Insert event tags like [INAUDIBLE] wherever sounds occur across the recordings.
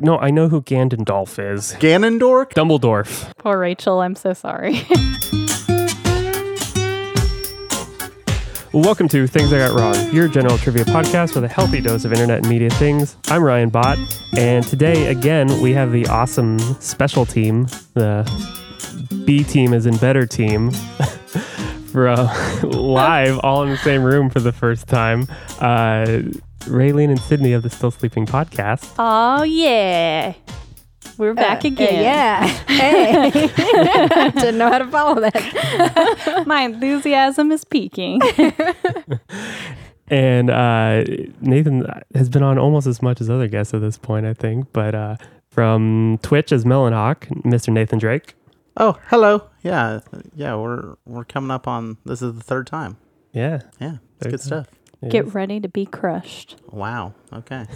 No, I know who Gandondolf is. Ganondorf? Dumbledore. Poor Rachel, I'm so sorry. [LAUGHS] Welcome to Things I Got Wrong, your general trivia podcast with a healthy dose of internet and media things. I'm Ryan Bott, and today again we have the awesome special team. The B team is in better team. [LAUGHS] for uh, [LAUGHS] live, all in the same room for the first time. Uh, Raylene and Sydney of the Still Sleeping podcast. oh yeah. We're back Uh, again. Yeah. Hey. [LAUGHS] Didn't know how to follow that. [LAUGHS] My enthusiasm is peaking. And uh, Nathan has been on almost as much as other guests at this point, I think. But uh, from Twitch as Melonhawk, Mr. Nathan Drake. Oh, hello. Yeah, yeah. We're we're coming up on this is the third time. Yeah. Yeah, it's Third good time. stuff. Get ready to be crushed. Wow. Okay.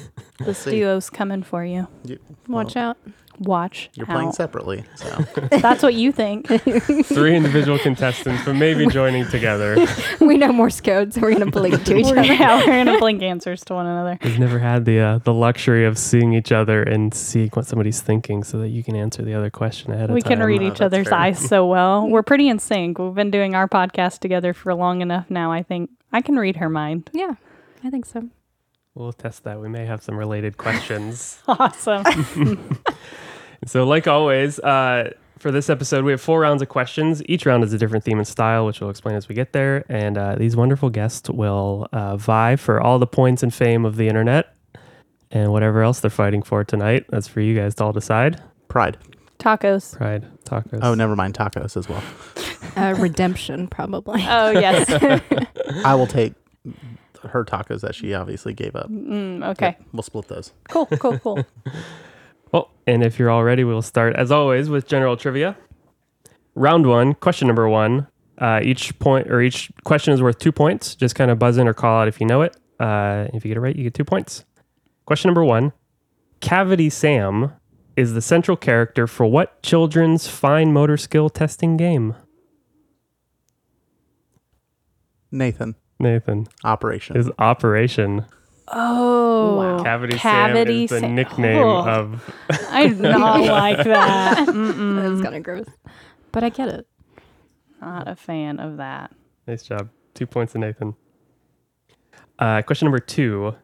This see. duo's coming for you. You, Watch out. Watch You're playing out. separately, [LAUGHS] so That's what you [LAUGHS] think. Three individual contestants, but [LAUGHS] maybe joining together. We know Morse code, so we're going to blink to each We're other. yeah, we're gonna blink answers to one another. We've never had the uh, the luxury of seeing each other and seeing what somebody's thinking, so that you can answer the other question ahead of We time. can read No, each that's other's fair. eyes so well. We're pretty in sync. We've been doing our podcast together for long enough now. I think I can read her mind. [LAUGHS] Yeah, I think so. We'll test that. We may have some related questions. Awesome. So, like always, uh, for this episode, we have four rounds of questions. Each round is a different theme and style, which we'll explain as we get there. And uh, these wonderful guests will uh, vie for all the points and fame of the internet and whatever else they're fighting for tonight. That's for you guys to all decide. pride. [LAUGHS] Tacos. Pride, tacos. Oh, never mind tacos as well. Uh, redemption, probably. Oh yes. I will take her tacos that she obviously gave up. Mm, okay. We'll split those. Cool. Cool. Cool. Well, and if you're all ready, we'll start as always with general trivia. Round one, question number one. Uh, each point or each question is worth two points. Just kind of buzz in or call out if you know it. Uh, if you get it right, you get two points. Question number one Cavity Sam is the central character for what children's fine motor skill testing game? Nathan, Nathan Operation. is Operation. Oh. Wow. Cavity, Cavity Sam is the Sam. nickname Oh. of. I do [LAUGHS] not like that. Mm-mm. [LAUGHS] That's kind of gross. Um, But I get it. Not a fan of that. Nice job. Two points to Nathan. Uh, question number two.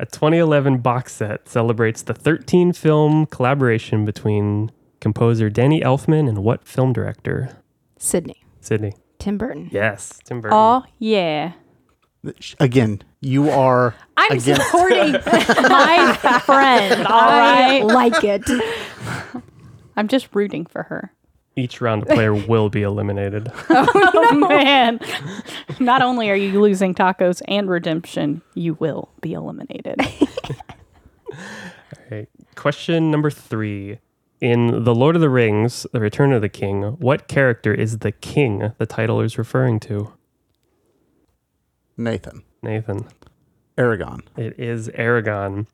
A 2011 box set celebrates the 13 film collaboration between composer Danny Elfman and what film director? Sydney, Sydney. Tim Burton. Yes, Tim Burton. [LAUGHS] Oh yeah. Sh- Again, you are I'm against [LAUGHS] supporting my friend. [LAUGHS] All I right. like [LAUGHS] it. I'm just rooting for [LAUGHS] her. Each round a player will be eliminated. Oh man. Not only are you losing tacos and redemption, you will be eliminated. Okay. Question number three. In The Lord of the Rings, The Return of the King, what character is the king the title is referring to? Nathan. Nathan. Aragon. It is Aragon.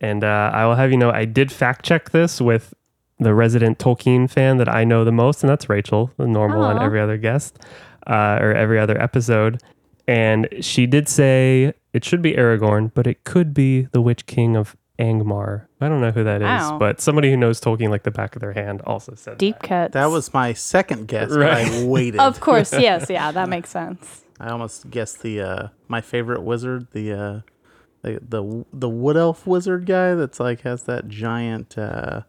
And uh, I will have you know, I did fact check this with the resident Tolkien fan that I know the most, and that's Rachel, the normal on Aw. every other guest uh, or every other episode. And she did say it should be Aragorn, but it could be the Witch King of Angmar. I don't know who that is, Wow. but somebody who knows Tolkien like the back of their hand also said [LAUGHS] Deep cuts. That was my second guess. but I waited. [LAUGHS] [LAUGHS] Of course, yes, yeah, that makes sense. I almost guessed the uh, my favorite wizard, the uh, the the the wood elf wizard guy that's like has that giant uh,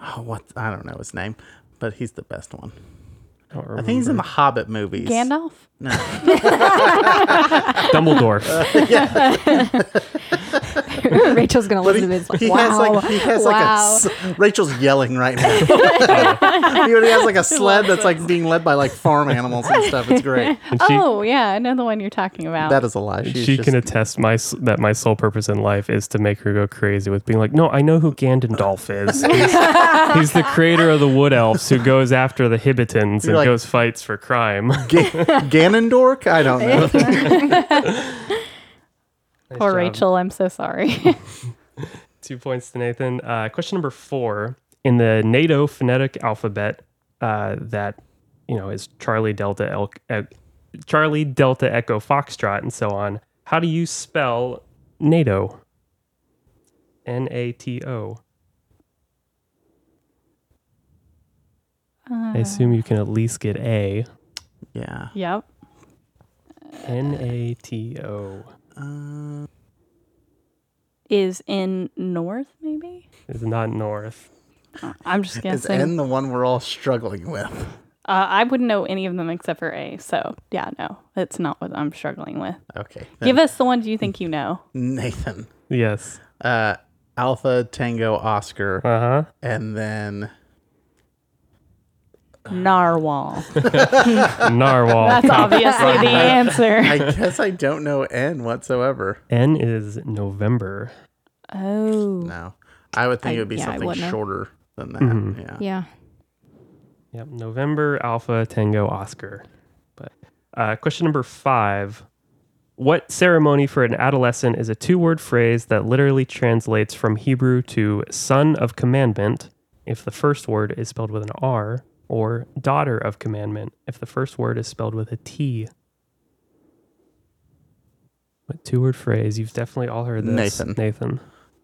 oh, what I don't know his name, but he's the best one. I don't I think he's in the Hobbit movies. Gandalf? remember. Dumbledore. Rachel's going to But listen he, to this. Like, he wow. has like he has like a wow. s- Rachel's yelling right now. he already has like a sled that's like being led by like farm animals and stuff. It's [LAUGHS] great. And she, Oh, yeah, I know the one you're talking about. That is a lie. She's she just, can attest my s- that my sole purpose in life is to make her go crazy with being like, no, I know who Gandondolf is. He's, he's the creator of the Wood Elves who goes after the Hibbitons and like- goes fights for crime. Ga- Ganondork. I don't know. Poor job. Rachel, I'm so sorry. Two points to Nathan. Uh, question number four in the NATO phonetic alphabet uh, that you know is Charlie Delta Elk, uh, Charlie Delta Echo Foxtrot and so on. How do you spell NATO? N A T O. I assume you can at least get A. Yeah. [LAUGHS] Yep. N A T O. Uh, Is in north, maybe? It's not north. I'm just is guessing. N the one we're all struggling with? uh, I wouldn't know any of them except for A. So, yeah, no, it's not what I'm struggling with. Okay. then. Give us the ones you think [LAUGHS] you know. Nathan. Yes. Uh, Alpha Tango Oscar, Uh huh. and then Narwhal. Narwhal. [LAUGHS] That's obviously the answer. I guess I don't know N whatsoever. N is November. [LAUGHS] Oh. No, I would think I- it would be yeah, I something wouldn't know. shorter than that. Yeah. Yeah. Yep. November Alpha Tango Oscar. But uh, question number five. What ceremony for an adolescent is a two word phrase that literally translates from Hebrew to son of commandment if the first word is spelled with an R, or daughter of commandment if the first word is spelled with a T? What two word phrase? You've definitely all heard this. Nathan. Nathan.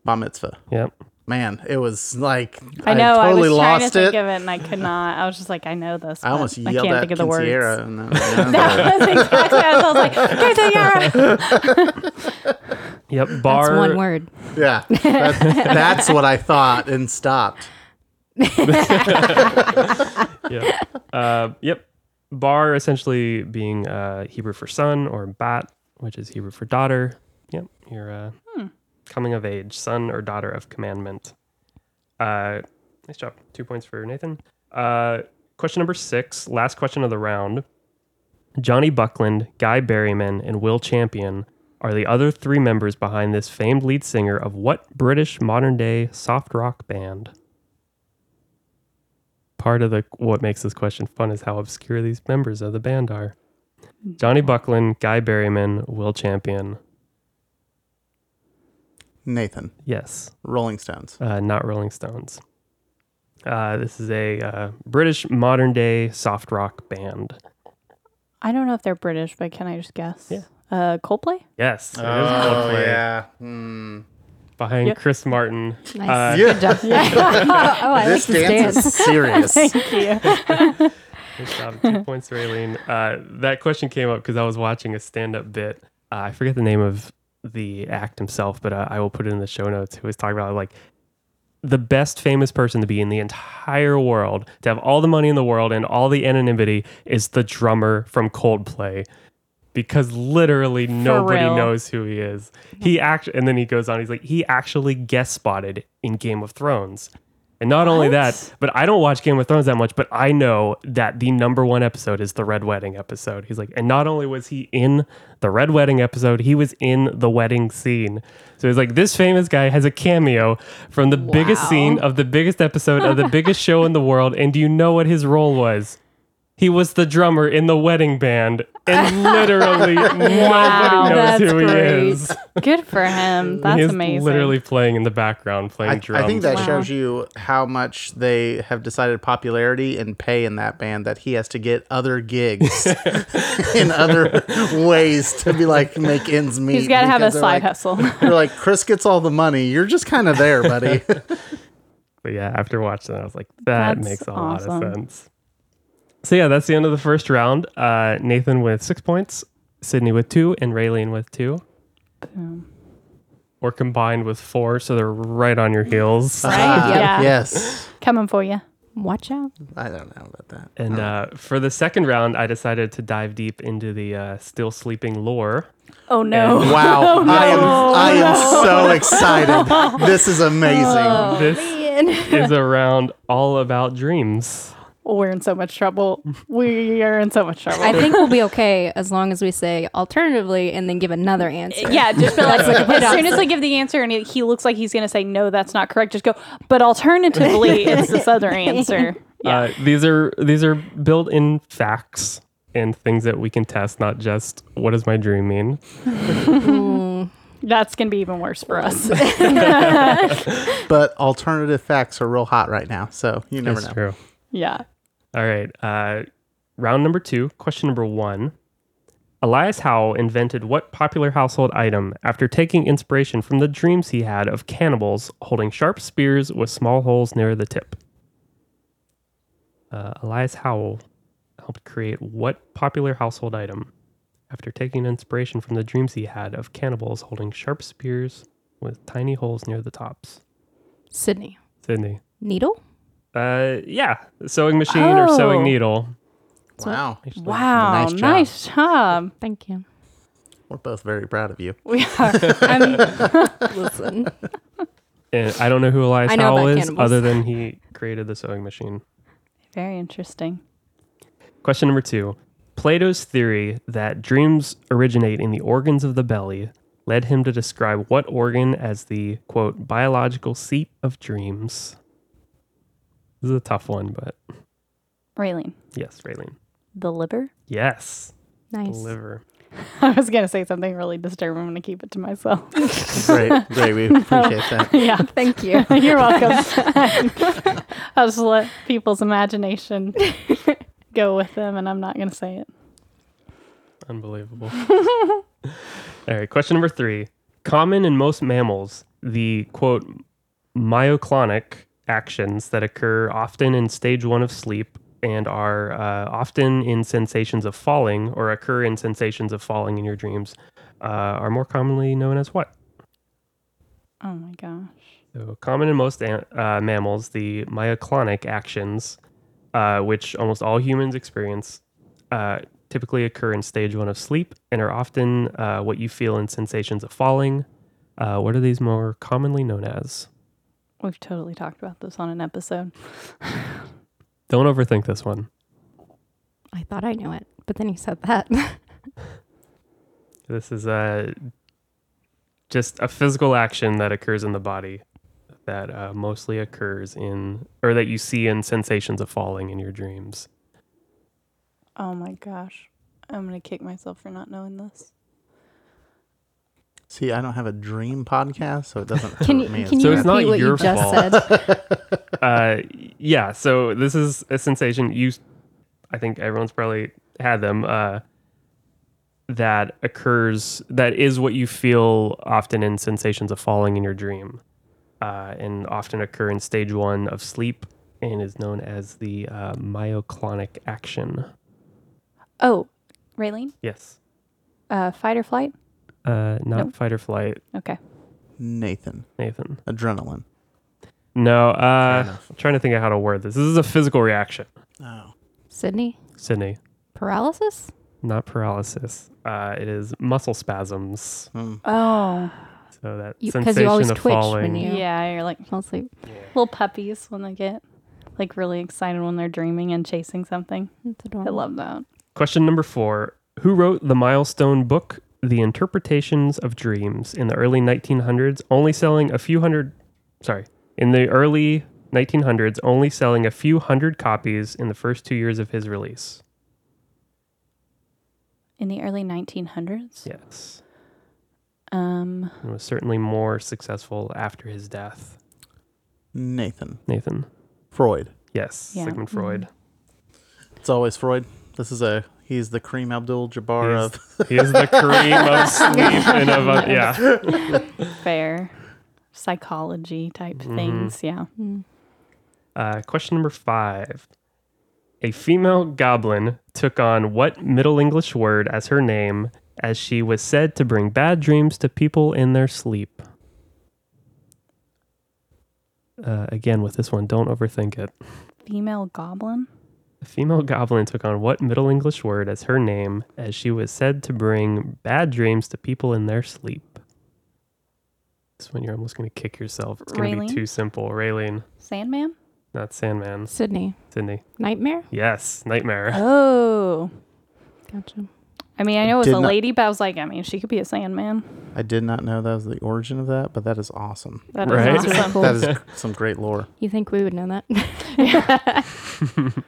Bar mitzvah. Yep. Man, it was like I know. I, totally was trying lost to think it. of it and I could not. I was just like, I know this. I but almost I yelled can't at think of the words. Quinceañera and then- [LAUGHS] That was exactly what I was, I was like, Quinceañera. Yep. That's Bar one word. [LAUGHS] yeah, that, that's what I thought and stopped. yeah. Uh, yep. Bar essentially being uh, Hebrew for son or bat, which is Hebrew for daughter. Yep. You're uh, coming of age, son or daughter of commandment. Uh, nice job. Two points for Nathan. Uh, question number six, last question of the round. Johnny Buckland, Guy Berryman, and Will Champion are the other three members behind this famed lead singer of what British modern day soft rock band? Part of the what makes this question fun is how obscure these members of the band are. Johnny Buckland, Guy Berryman, Will Champion. Nathan, Yes, Rolling Stones. uh, not Rolling Stones. Uh, this is a uh, British modern day soft rock band. I don't know if they're British, but can I just guess? Yeah. Uh, Coldplay? Yes, it is Coldplay, Oh, yeah. Hmm. behind Yeah. Chris Martin. Uh, [LAUGHS] Nice. Yeah. oh, I this like this dance [LAUGHS] dance. is serious. Thank you. Good job. um, Two points for Aileen. Uh, that question came up because I was watching a stand up bit. Uh, I forget the name of the act himself, but uh, I will put it in the show notes. Who was talking about like the best famous person to be in the entire world, to have all the money in the world and all the anonymity, is the drummer from Coldplay. Because literally nobody real. knows who he is. He act and then he goes on. He's like he actually guest spotted in Game of Thrones. And not only that, but I don't watch Game of Thrones that much, but I know that the number one episode is the Red Wedding episode. He's like, and not only was he in the Red Wedding episode, he was in the wedding scene. So he's like, this famous guy has a cameo from the biggest scene of the biggest episode of the biggest show in the world. And do you know what his role was? He was the drummer in the wedding band, and [LAUGHS] literally nobody Wow, knows that's who he great. is. Good for him. That's He's amazing. literally playing in the background, playing I, drums. I think that Wow. shows you how much they have decided popularity and pay in that band that he has to get [LAUGHS] other gigs in other ways to be like make ends meet. He's got to have a because they're side like, hustle. [LAUGHS] They're like Chris gets all the money. You're just kind of there, [LAUGHS] buddy. But yeah, after watching that, I was like, that That's makes a lot awesome. of sense. So yeah, that's the end of the first round. Uh, Nathan with six points, Sydney with two, and Raylene with two. Or combined with four, so they're right on your heels. right? Ah, yeah. Uh, Yes. Coming for you. Watch out. I don't know about that. And uh, for the second round, I decided to dive deep into the uh, still sleeping lore. Oh, no. [LAUGHS] Wow. I am I am so excited. This is amazing. Oh. this [LAUGHS] Man. is a round all about dreams. We're in so much trouble. We are in so much trouble. I think we'll be okay as long as we say alternatively and then give another answer. yeah, just be like, That's like a [LAUGHS] as soon as I give the answer and he looks like he's going to say, no, that's not correct, just go, but alternatively, it's this other answer. Uh, these are these are built in facts and things that we can test, not just what does my dream mean. That's going to be even worse for us. [LAUGHS] But alternative facts are real hot right now, so you never That's know. true. yeah. All right. Uh, round number two, question number one. Elias Howell invented what popular household item after taking inspiration from the dreams he had of cannibals holding sharp spears with small holes near the tip? uh, Elias Howell helped create what popular household item after taking inspiration from the dreams he had of cannibals holding sharp spears with tiny holes near the tops? Sydney. Sydney. Needle? Uh, yeah, sewing machine or Oh. sewing needle. Wow. Actually, Wow, Nice job. nice job. Thank you. We're both very proud of you. We are. I'm, Listen. And Eh, I don't know who Elias I know Howell about is, cannibals. other than he created the sewing machine. very interesting. Question number two Plato's theory that dreams originate in the organs of the belly led him to describe what organ as the quote biological seat of dreams. This is a tough one, but Raylene, yes, Raylene. the liver? Yes, [LAUGHS] Nice. liver. [LAUGHS] I was going to say something really disturbing. I'm going to keep it to myself. [LAUGHS] Great, great. We appreciate that. yeah. Thank [LAUGHS] you. [LAUGHS] You're welcome. [LAUGHS] I'll just let people's [LAUGHS] imagination go with them, and I'm not going to say it. Unbelievable. [LAUGHS] All right, question number three. Common in most mammals, the quote myoclonic actions that occur often in stage one of sleep and are uh, often in sensations of falling or occur in sensations of falling in your dreams uh, are more commonly known as what? Oh my gosh. So common in most an- uh, mammals, the myoclonic actions, uh, which almost all humans experience, uh, typically occur in stage one of sleep and are often uh, what you feel in sensations of falling. Uh, what are these more commonly known as? We've totally talked about this on an episode. Don't overthink this one. I thought I knew it, but then you said that. Oh, This is uh, just a physical action that occurs in the body that uh, mostly occurs in, or that you see in sensations of falling in your dreams. Oh my gosh. I'm going to kick myself for not knowing this. See, I don't have a dream podcast, so it doesn't Can hurt you, me. can So you it's repeat not what your you just fault. [LAUGHS] said? uh, yeah. So this is a sensation. You, I think everyone's probably had them. Uh, that occurs. That is what you feel often in sensations of falling in your dream, uh, and often occur in stage one of sleep, and is known as the uh, myoclonic action. Oh, Raylene? Yes. Uh, fight or flight? Uh, not Nope. fight or flight, Okay. Nathan, Nathan. adrenaline. No. Uh, enough. I'm trying to think of how to word this. This is a physical reaction, Oh, Sydney? Sydney. Paralysis? Not paralysis. Uh, it is muscle spasms. Mm, Oh, So that You- 'cause sensation you always of twitch when falling. you- yeah. Yeah. You're like Mostly. little puppies when they get like really excited when they're dreaming and chasing something. That's I adorable. love that. Question number four Who wrote the milestone book, The Interpretations of Dreams, in the early 1900s, only selling a few hundred, sorry, in the early 1900s, only selling a few hundred copies in the first two years of his release? In the early 1900s? Yes. Um, And was certainly more successful after his death. Nathan, Nathan. Freud. Yes. Yeah. Sigmund Mm-hmm. Freud. It's always Freud. This is a he's the Kareem Abdul-Jabbar He's- of He is the cream [LAUGHS] of sleep and of, uh, yeah. fair psychology type things. Yeah. Uh, question number five. A female goblin took on what Middle English word as her name as she was said to bring bad dreams to people in their sleep? Uh, again, with this one, don't overthink it. Female goblin? A female goblin took on what Middle English word as her name as she was said to bring bad dreams to people in their sleep? This one you're almost going to kick yourself. It's going to Raylene? be too simple. Raylene, Sandman? not Sandman. Sydney? Sydney. Nightmare? Yes, Nightmare. Oh. Gotcha. I mean, I know it's Did a not- lady, but I was like, I mean, she could be a Sandman. I did not know that was the origin of that, but that is awesome. That is Right? That's really awesome. [LAUGHS] cool. That is some great lore. You think we would know that? [LAUGHS]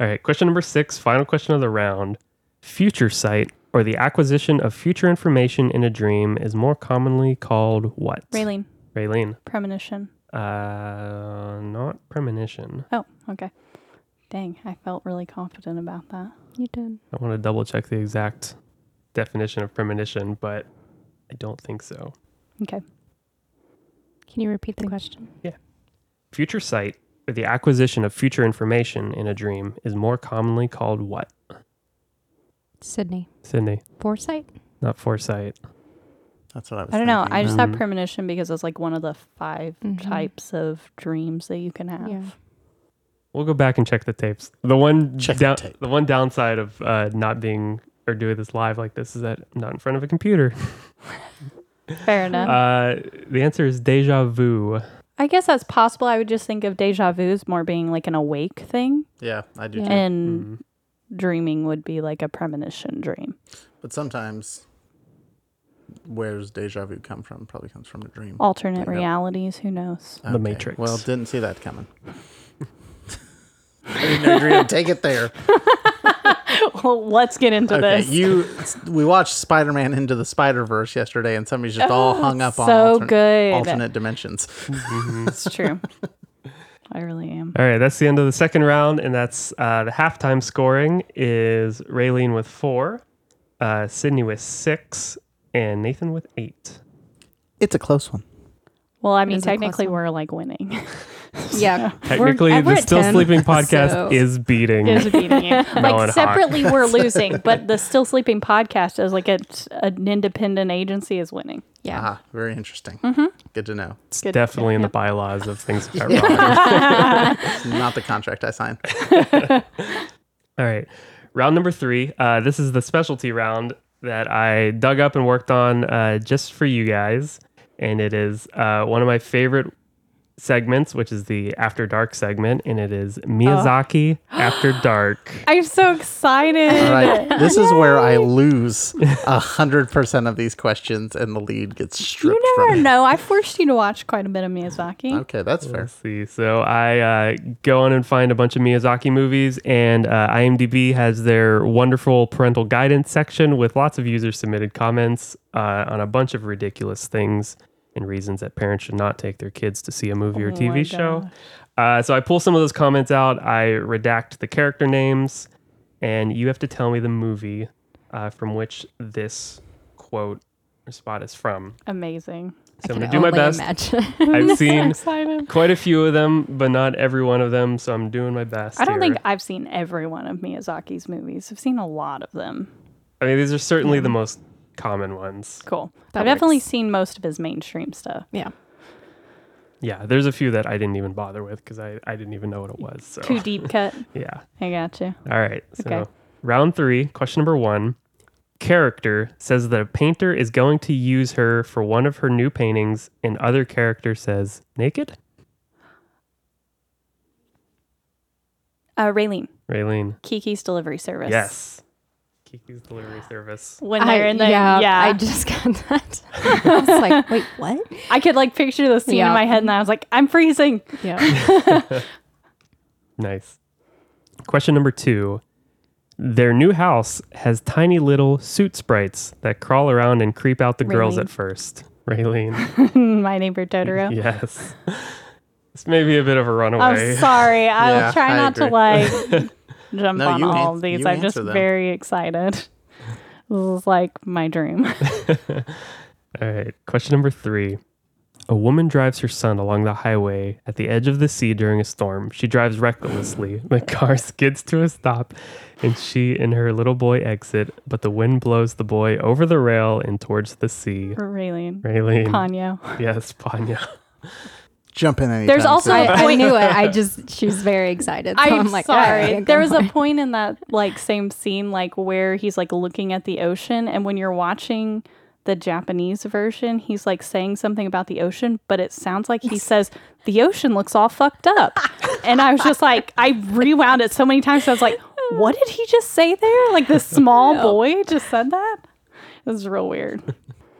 All right, question number six, final question of the round. Future sight, or the acquisition of future information in a dream, is more commonly called what? Raylene, Raylene. premonition. Uh, not premonition. Oh, okay. Dang, I felt really confident about that. you did. I want to double check the exact definition of premonition, but I don't think so. Okay. Can you repeat the question? Future sight or the acquisition of future information in a dream is more commonly called what? Sydney. Sydney, [LAUGHS] Foresight? not foresight. That's what I was. I don't know. thinking. I just thought Mhm. premonition because it's like one of the 5 Mhm. types of dreams that you can have. Yeah. We'll go back and check the tapes. The one Check the down, tape. the one downside of uh, not being or doing this live like this is that I'm not in front of a computer. Fair enough. Uh, the answer is deja vu. I guess that's possible. I would just think of deja vu as more being like an awake thing, Yeah, I do. Yeah. Too. and dreaming would be like a premonition dream. But sometimes, where's deja vu come from? Probably comes from a dream. Alternate Yeah. realities, who knows? The Matrix. Well, didn't see that coming. I didn't know you were gonna take it [LAUGHS] there. well, [LAUGHS] let's get into Okay, this. you. We watched Spider Man into the Spider Verse yesterday, and somebody's just all hung up on Oh, so alternate, good. alternate dimensions. it's [LAUGHS] true. I really am. All right, that's the end of the second round, and that's uh, the halftime scoring is Raylene with four, uh, Sydney with six, and Nathan with eight. It's a close one. Well, I mean, is a close technically, one. we're like winning. [LAUGHS] Yeah. Technically, We're- the we're at Still 10, [LAUGHS] Sleeping podcast so- is beating. Is beating you. Melon [LAUGHS] like Hawk. separately, [LAUGHS] we're losing, but the Still Sleeping podcast is like a, an independent agency is winning. Yeah. Ah, very interesting. Mm-hmm. Good to know. It's Good. definitely in the [LAUGHS] Yeah. bylaws of things that got wrong. It's not the contract I [LAUGHS] signed. All right, round number three. Uh, this is the specialty round that I dug up and worked on uh, just for you guys, and it is uh, one of my favorite segments, which is the After Dark segment, and it is Miyazaki After Dark. [GASPS] I'm so excited. Uh, All right, [LAUGHS] this is where I lose hundred percent of these questions, and the lead gets stripped You never from. me. know. I forced you to watch quite a bit of Miyazaki. Oh. Okay, that's fair. Let's see. So I uh, go on and find a bunch of Miyazaki movies, and uh, IMDb has their wonderful parental guidance section with lots of user submitted comments uh, on a bunch of ridiculous things and reasons that parents should not take their kids to see a movie Oh or my TV show. Uh, so I pull some of those comments out. I redact the character names, and you have to tell me the movie uh, from which this quote or spot is from. [LAUGHS] Amazing. So I I'm gonna can do my best. only [LAUGHS] imagine. I've seen Excited. quite a few of them, but not every one of them. So I'm doing my best. I here. don't think I've seen every one of Miyazaki's movies. I've seen a lot of them. I mean, these are certainly the most common ones. Cool. That I've definitely works. seen most of his mainstream stuff. yeah. Yeah, there's a few that I didn't even bother with because I, I didn't even know what it was. So Too deep cut. [LAUGHS] yeah. [LAUGHS] I got you. All right. So Okay. round three, question number one. Character says that a painter is going to use her for one of her new paintings, and other character says naked. Uh, Raylene, Raylene. Kiki's delivery service. Yes. Kiki's delivery service. When they're in the yeah, yeah, I just got that. [LAUGHS] I was like, wait, what? I could like picture the scene in Yeah. my head, and I was like, I'm freezing. [LAUGHS] Yeah. Nice. Question number two. Their new house has tiny little suit sprites that crawl around and creep out the girls Raylene. at first. [LAUGHS] Raylene. my neighbor Totoro. yes. This may be a bit of a runaway. I'm sorry. I Yeah, will try I not to agree. like [LAUGHS] jump No, on you all an- of these. you I'm just answer them. very excited. [LAUGHS] This is like my dream. [LAUGHS] All right. Question number three. A woman drives her son along the highway at the edge of the sea during a storm. She drives recklessly. The car [LAUGHS] skids to a stop, and she and her little boy exit, but the wind blows the boy over the rail and towards the sea. Raylene. Raylene. Ponyo. Yes, Panya. [LAUGHS] Jump in any. There's also- I, I Wait. knew it. I just, she was very excited. So I'm "Ah, I'm, like, sorry. all right, there go was on. a [LAUGHS] point in that like same scene like where he's like looking at the ocean and when you're watching the Japanese version, he's like saying something about the ocean, but it sounds like he says the ocean looks all fucked up. [LAUGHS] and I was just like I rewound it so many times. I was like, what did he just say there? Like [LAUGHS] this small boy just said that? It was real [LAUGHS] weird.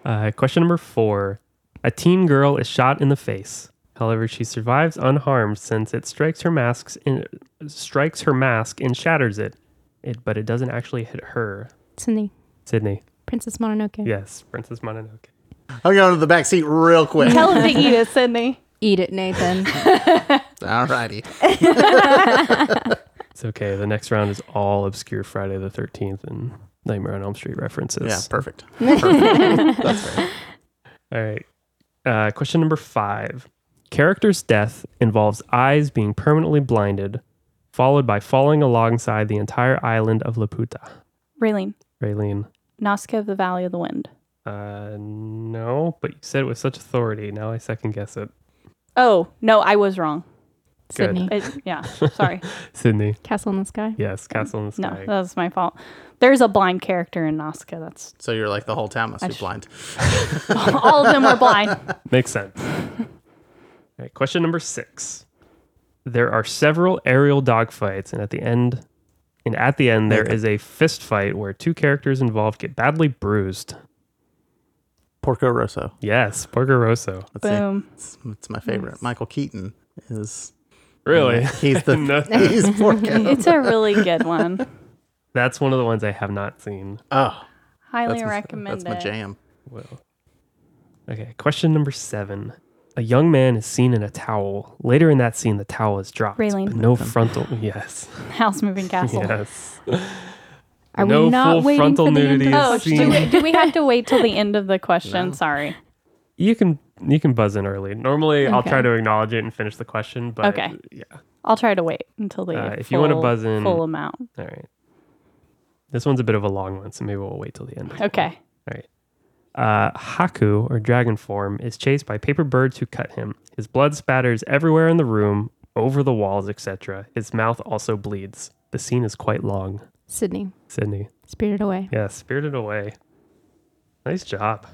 Uh, question number four. A teen girl is shot in the face. However, she survives unharmed since it strikes her masks and strikes her mask and shatters it. It, but it doesn't actually hit her. Sydney, Sydney. Princess Mononoke. Yes, Princess Mononoke. I'm going to the back seat real quick. Tell him to eat it, Sydney. Eat it, [LAUGHS] Nathan. Alrighty. It's okay. The next round is all obscure Friday the 13th and Nightmare on Elm Street references. Yeah, [LAUGHS] perfect. All right. Uh, question number five. Character's death involves eyes being permanently blinded, followed by falling alongside the entire island of Laputa. Raylene, Raylene. Nazca of the Valley of the Wind. Uh, no, but you said it with such authority. Now I second guess it. Oh, no, I was wrong. Good. Sydney. It, yeah, sorry. Sydney. Castle in the Sky. Yes, Castle in the No, Sky. that was my fault. There's a blind character in Nazca. That's [LAUGHS] So you're like the whole town must be sh- blind. all of them are blind. Makes sense. All right, question number six. There are several aerial dogfights, and at the end, and at the end, there is a fist fight where two characters involved get badly bruised. Porco Rosso. Yes, Porco Rosso. Let's see. Boom. It's, it's my favorite. Michael Keaton is Really? he's the No. he's [LAUGHS] Porco. It's a really good one. [LAUGHS] That's one of the ones I have not seen. Oh, Highly that's my, recommend that's my it. jam. Well. Okay, question number seven. A young man is seen in a towel. Later in that scene, the towel is dropped. Raylene. but no frontal. [LAUGHS] [LAUGHS] Yes. House Moving Castle. Yes. Are No we not full waiting frontal for the end nudity is of- Oh, seen. do we, do we have to wait till the end of the question? Sorry. You can you can buzz in early. Normally, I'll Okay. try to acknowledge it and finish the question. But uh, Okay. yeah. I'll try to wait until the Uh, if full, you wanna buzz in- full amount. All right. This one's a bit of a long one, so maybe we'll wait till the end. Okay. All right. Uh, Haku, or dragon form, is chased by paper birds who cut him. His blood spatters everywhere in the room, over the walls, etc. His mouth also bleeds. The scene is quite long. Sydney. Sydney. Spirited Away. Yeah, spirited away. Nice job.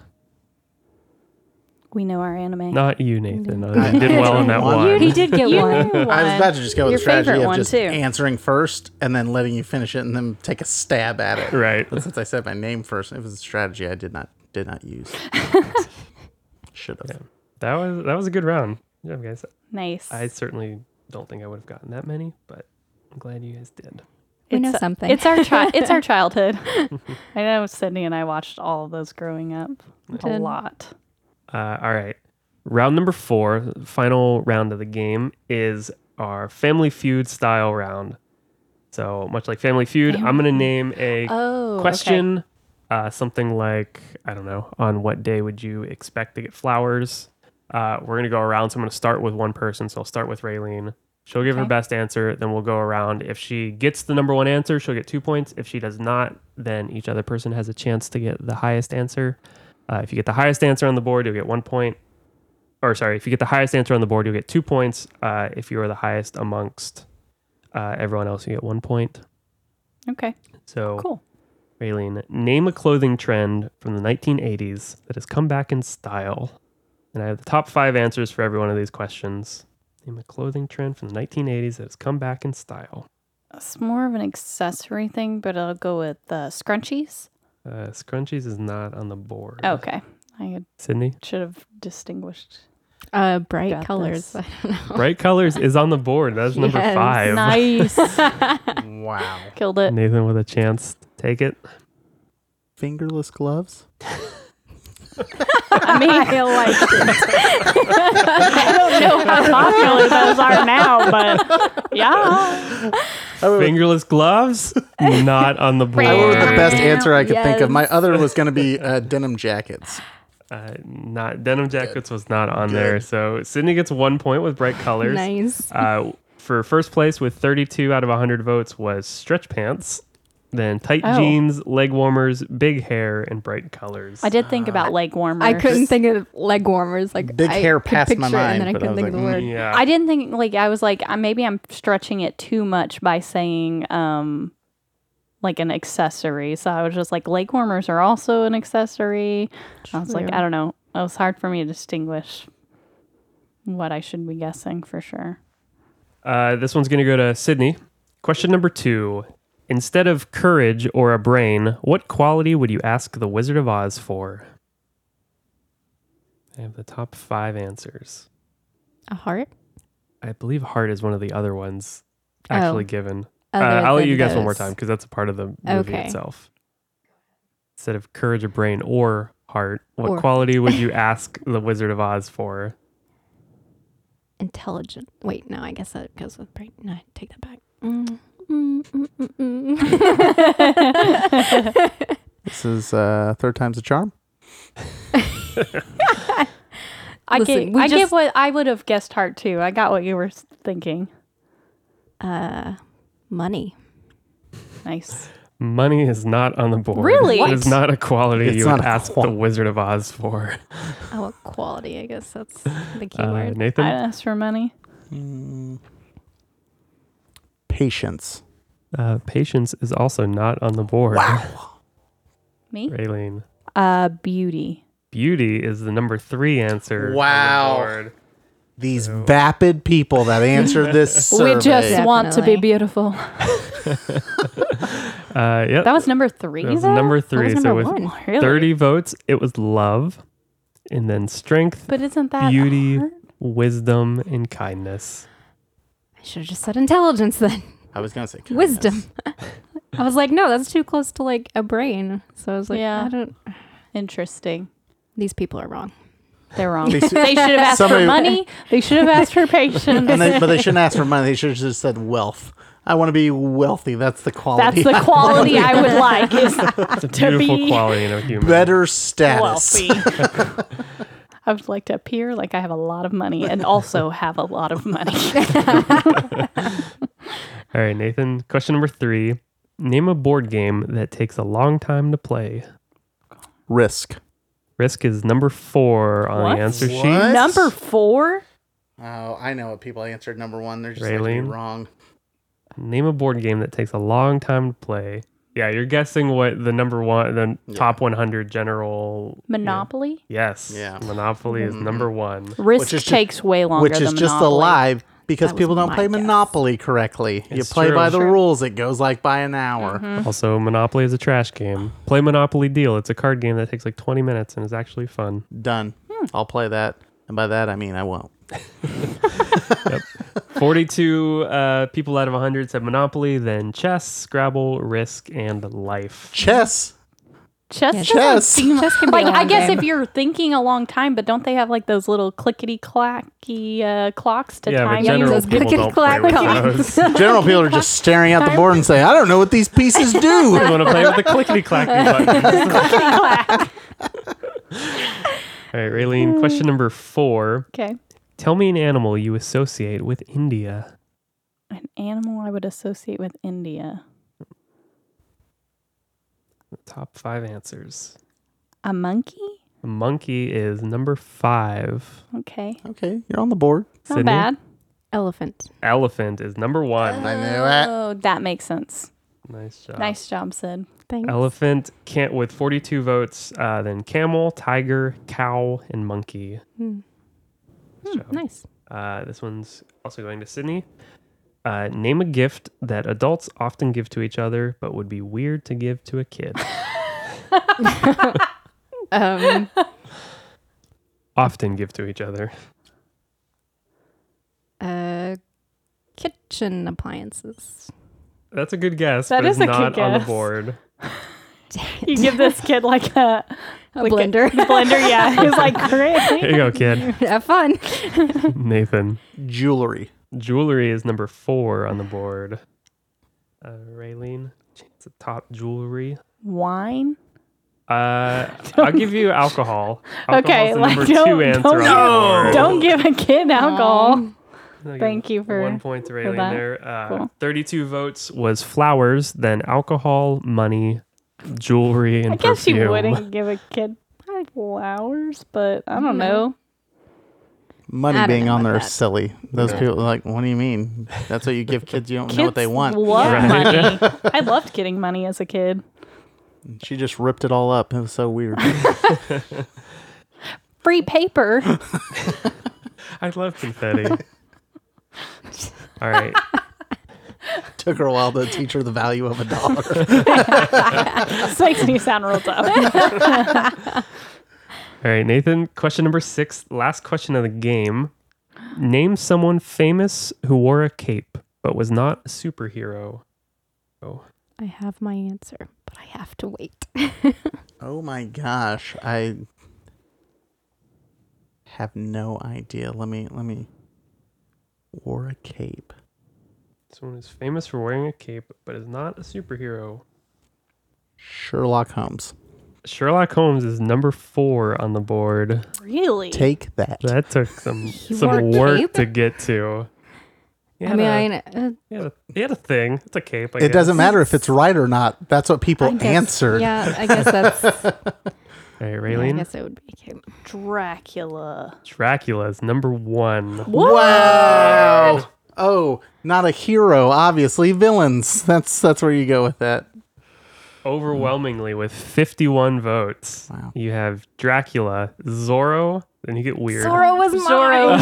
We know our anime. Not you, Nathan. Although you did well on that You one. He did get You one. knew I was one. about to just go with Your the strategy favorite of one, just too. answering first and then letting you finish it and then take a stab at it. [LAUGHS] Right. But since I said my name first, it was a strategy I did not did not [LAUGHS] use. Should have. That was that was a good round. Good job, guys. [LAUGHS] Nice. I certainly don't think I would have gotten that many, but I'm glad you guys did. We know It's- something. It's our chi- it's our childhood. I know Sydney and I watched all of those growing up. A Did. lot. Uh, all right. Round number four, final round of the game, is our Family Feud style round. So much like Family Feud, I'm gonna name a Oh, question, uh, something like I don't know, on what day would you expect to get flowers? Uh, we're gonna go around. So I'm gonna start with one person. So I'll start with Raylene. She'll give her Okay. best answer. Then we'll go around. If she gets the number one answer, she'll get two points. If she does not, then each other person has a chance to get the highest answer. Uh, if you get the highest answer on the board, you'll get one point. Or sorry, if you get the highest answer on the board, you'll get two points. Uh, if you are the highest amongst uh, everyone else, you get one point. Okay. So Cool. Raylene, name a clothing trend from the 1980s that has come back in style. And I have the top five answers for every one of these questions. Name a clothing trend from the 1980s that has come back in style. It's more of an accessory thing, but I'll go with uh, scrunchies. Uh, scrunchies is not on the board. Oh, Okay. I Sydney, should have distinguished. Uh, bright Got colors. [LAUGHS] this. I don't know. bright colors is on the board. That's number Yes. five. Nice. [LAUGHS] Wow. Killed [LAUGHS] it. Nathan with a chance to take it. Fingerless gloves? I mean, I like [LAUGHS] I don't know how popular those are now, but yeah. Fingerless gloves, not on the board. That That was the best Yeah. answer I could think of. My Yes. other was going to [LAUGHS] be uh, denim jackets. Uh, not denim jackets was not on there. So Sydney gets one point with bright colors. Nice. Uh, for first place with 32 out of 100 votes was stretch pants, then tight Oh. jeans, leg warmers, big hair, and bright colors. I did think about leg warmers. I couldn't think of leg warmers. Like Big I hair could passed my picture it, and then I mind, but I couldn't was think of the like, word. mm, Yeah. I didn't think like I was like uh, maybe I'm stretching it too much by saying um like an accessory. So I was just like leg warmers are also an accessory. I was like True. I don't know. It was hard for me to distinguish what I should be guessing for sure. uh, this one's going to go to Sydney. Question number two. Instead of courage or a brain, what quality would you ask the Wizard of Oz for? I have the top five answers. A heart. I believe heart is one of the other ones Oh. actually given. Uh, Other I'll let than you guess one more those. time because that's a part of the movie Okay. itself. Instead of courage or brain or heart, what Or. quality would [LAUGHS] you ask the Wizard of Oz for? Intelligent. Wait, no. I guess that goes with brain. No, take that back. Mm, mm, mm, mm, mm. This is uh, third time's a charm. I Listen, get, we I get just- what I would have guessed heart too. I got what you were s- thinking. Money. Nice. Money is not on the board. Really? It is not a quality It's you would not a ask qual- the Wizard of Oz for. [LAUGHS] Oh, well, quality. I guess that's the key Uh, word. Nathan? I asked for money. Patience. Uh, patience is also not on the board. Me? Raylene. Uh, beauty. Beauty is the number three answer. on the Wow. board. These vapid people that answered [LAUGHS] this survey. We just want to be Definitely. beautiful. Uh, yep. That was number three. That was though? number three. was so number with one? Really? 30 votes, it was love, and then strength, But isn't that beauty, hard? wisdom, and kindness. I should have just said intelligence then. I was gonna say kindness. Wisdom. [LAUGHS] I was like, no, that's too close to like a brain. So I was like, Yeah. I don't. Interesting. These people are [LAUGHS] wrong. They're wrong. They [LAUGHS] they s- should have asked Somebody- for money. They should have asked for patience. And they, but they shouldn't ask for money. They should have just said wealth. I want to be wealthy. That's the quality. [LAUGHS] That's the quality I would like is It's a beautiful be quality in a human. better status. wealthy. I would like to appear like I have a lot of money and also have a lot of money. [LAUGHS] All right, Nathan. Question number three Name a board game that takes a long time to play. Risk. Risk is number four on What? the answer What? sheet. Number four? Oh, I know what people answered. Number one, they're just Raylene? wrong. Name a board game that takes a long time to play. Yeah, you're guessing what the number one, the Yeah. top 100 general. Monopoly? Mm-hmm. Yes. Yeah. Mm-hmm. Monopoly is number one. Risk is ju- takes way longer Which is than just a Monopoly. lie because That was people don't my play guess. Monopoly correctly. you It's play true. by the True. rules. It goes like by an hour. Mm-hmm. Also, Monopoly is a trash game. Play Monopoly Deal. It's a card game that takes like 20 minutes and is actually fun. Done. Hmm. I'll play that, and by that I mean I won't. 42 uh, people out of 100 said Monopoly, then chess, Scrabble, Risk, and Life. Chess. Chess? doesn't Chess. seem- Chess can be a Like, I long guess game. if you're thinking a long time, but don't they have like those little clickety clacky uh, clocks to Yeah, time but you? general those people clickety don't play clack with [LAUGHS] clocks. those. General people are just staring at the board and saying, "I don't know what these pieces do." [LAUGHS] I want to play with the clickety clacky [LAUGHS] button. [LAUGHS] All right, Raylene, question number four. Okay. Tell me an animal you associate with India. An animal I would associate with India. The top five answers. A monkey? A monkey is number five. Okay. okay, you're on the board. Not Sydney? bad. Elephant. Elephant is number one. I knew it. Oh, that makes sense. Nice job. Nice job, Sid. Thanks. Elephant can't with 42 votes, uh, then camel, tiger, cow, and monkey. Hmm, nice. Uh, this one's also going to Sydney. Uh, name a gift that adults often give to each other, but would be weird to give to a [LAUGHS] kid. Um, [LAUGHS] often give to each other. uh, kitchen appliances. That's a good guess, That but is it's a good not on the guess. [LAUGHS] board. [LAUGHS] You give this kid like a, A like [LAUGHS] blender. A, blender, [LAUGHS] yeah. He's like, Here great. you go, kid. [LAUGHS] Have fun. Nathan. Jewelry. Jewelry is number four on the board. Uh, Raylene, chance of top jewelry. Wine? Uh, I'll give you alcohol. Alcohol's [LAUGHS] Okay, the like, number don't- two answer. on don't- the board. Don't give a kid alcohol. I'll give thank you for- one point to Raylene that. there. Uh, Cool. 32 votes was flowers, then alcohol, money, jewelry, and I guess perfume. you wouldn't give a kid flowers, but I don't know. Money I don't being know on about there is that. silly. Those people are like, what do you mean? That's what you give kids. You don't know what they Kids want. Love Right. money. [LAUGHS] I loved getting money as a kid. She just ripped it all up. It was so weird. [LAUGHS] Free paper. [LAUGHS] [LAUGHS] I love confetti. All right. Took her a while to teach her the value of a dollar. this makes me sound [LAUGHS] real dumb. All right, Nathan. Question number six, last question of the game. Name someone famous who wore a cape but was not a superhero. Oh, I have my answer, but I have to wait. [LAUGHS] [LAUGHS] oh my gosh, I have no idea. Let me let me. Wore a cape. someone who's famous for wearing a cape but is not a superhero. Sherlock Holmes. Sherlock Holmes is number four on the board. Really? Take that. That took [LAUGHS] some You some are work cheap. to get to. He I had mean, a- I uh, he had a, he had a thing. It's a cape. I It guess. doesn't matter if it's right or not. That's what people I guess- answered. Yeah, I guess [LAUGHS] that's. yeah, All right, I Raylene. guess it would be cute. Dracula. Dracula's number one. Wow. Oh, not a hero, obviously. Villains. That's that's where you go with that. Overwhelmingly with 51 votes. Wow. You have Dracula, Zorro, then you get weird. Zorro was Zorro.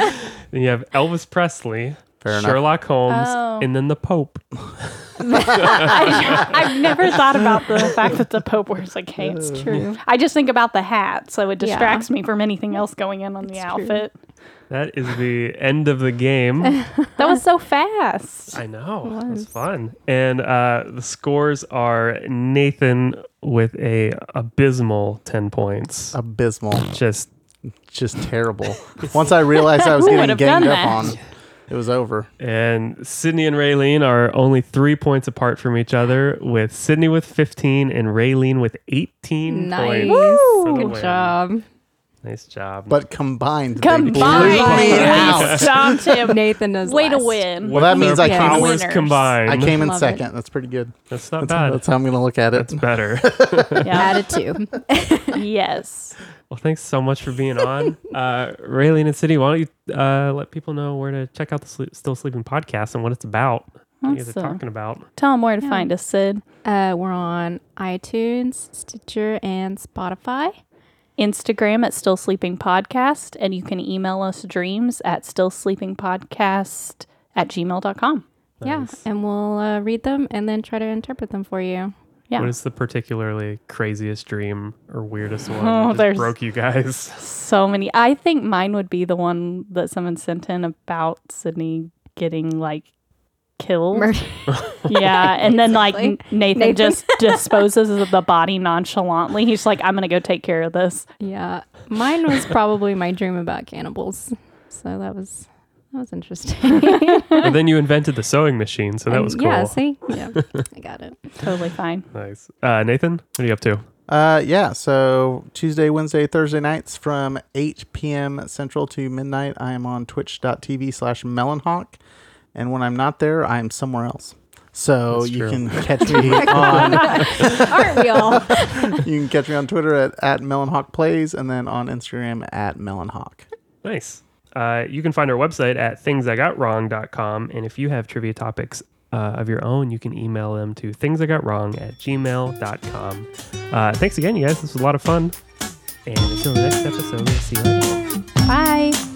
mine. [LAUGHS] Then you have Elvis Presley, Fair enough. Sherlock Holmes, Oh. and then the Pope. I, I've never thought about the fact that the Pope wears a cape. It's true. I just think about the hat, so it Yeah. distracts me from anything else going in on the It's true. outfit. That is the end of the [LAUGHS] game. That was so fast. I know. It was was. fun. And uh, the scores are Nathan with a abysmal 10 points. Abysmal. Just Just [LAUGHS] terrible. Once I realized I was [LAUGHS] Who getting would've ganged done up on, it was over. and Sydney and Raylene are only three points apart from each other, with Sydney with 15 and Raylene with 18 Nice. points. for the Good win. job. Nice job. But combined, they blew me Combined, we out. stopped him. [LAUGHS] Nathan knows. Way to last. win. Well, that means I Their can't powers win. combined. I came in Love it. second. That's pretty good. That's not That's, bad. that's how I'm going to look at it. that's [LAUGHS] better. Yeah. [LAUGHS] Attitude. yes. Well, thanks so much for being on. [LAUGHS] Uh, Raylene and City, why don't you uh, let people know where to check out the Sle- Still Sleeping podcast and what it's about? What you guys are Awesome. talking about. Tell him where to Yeah. find us, Sid. Uh, we're on iTunes, Stitcher, and Spotify. Instagram at Still Sleeping Podcast, and you can email us dreams at stillsleepingpodcast at gmail.com. Nice. Yeah, and we'll uh, read them and then try to interpret them for you. Yeah. What is the particularly craziest dream or weirdest [LAUGHS] one Oh, that just there's- broke you [LAUGHS] guys? So many. I think mine would be the one that someone sent in about Sydney getting like killed. Murder. Yeah. And then like Nathan, Basically. Nathan. just disposes of the body nonchalantly. He's like, I'm going to go take care of this. [LAUGHS] Yeah, mine was probably my dream about cannibals. So that was that was interesting. but then you invented the sewing machine, so [LAUGHS] that was cool. Yeah, see, yeah, I [LAUGHS] got it. [LAUGHS] Totally fine. Nice. Uh, Nathan, what are you up to? Uh, yeah. So Tuesday, Wednesday, Thursday nights from 8 p.m. Central to midnight, I am on twitch.tv slash melonhawk. And when I'm not there, I'm somewhere else. So That's you true. [LAUGHS] can catch me on Aren't we all? you can catch me on Twitter at, at Melonhawk Plays and then on Instagram at Melonhawk. Nice. Uh, you can find our website at thingsigotwrong.com. And if you have trivia topics uh, of your own, you can email them to thingsigotwrong at gmail.com. Uh, thanks again, you guys. This was a lot of fun. And until the next episode, we'll see you later. Bye.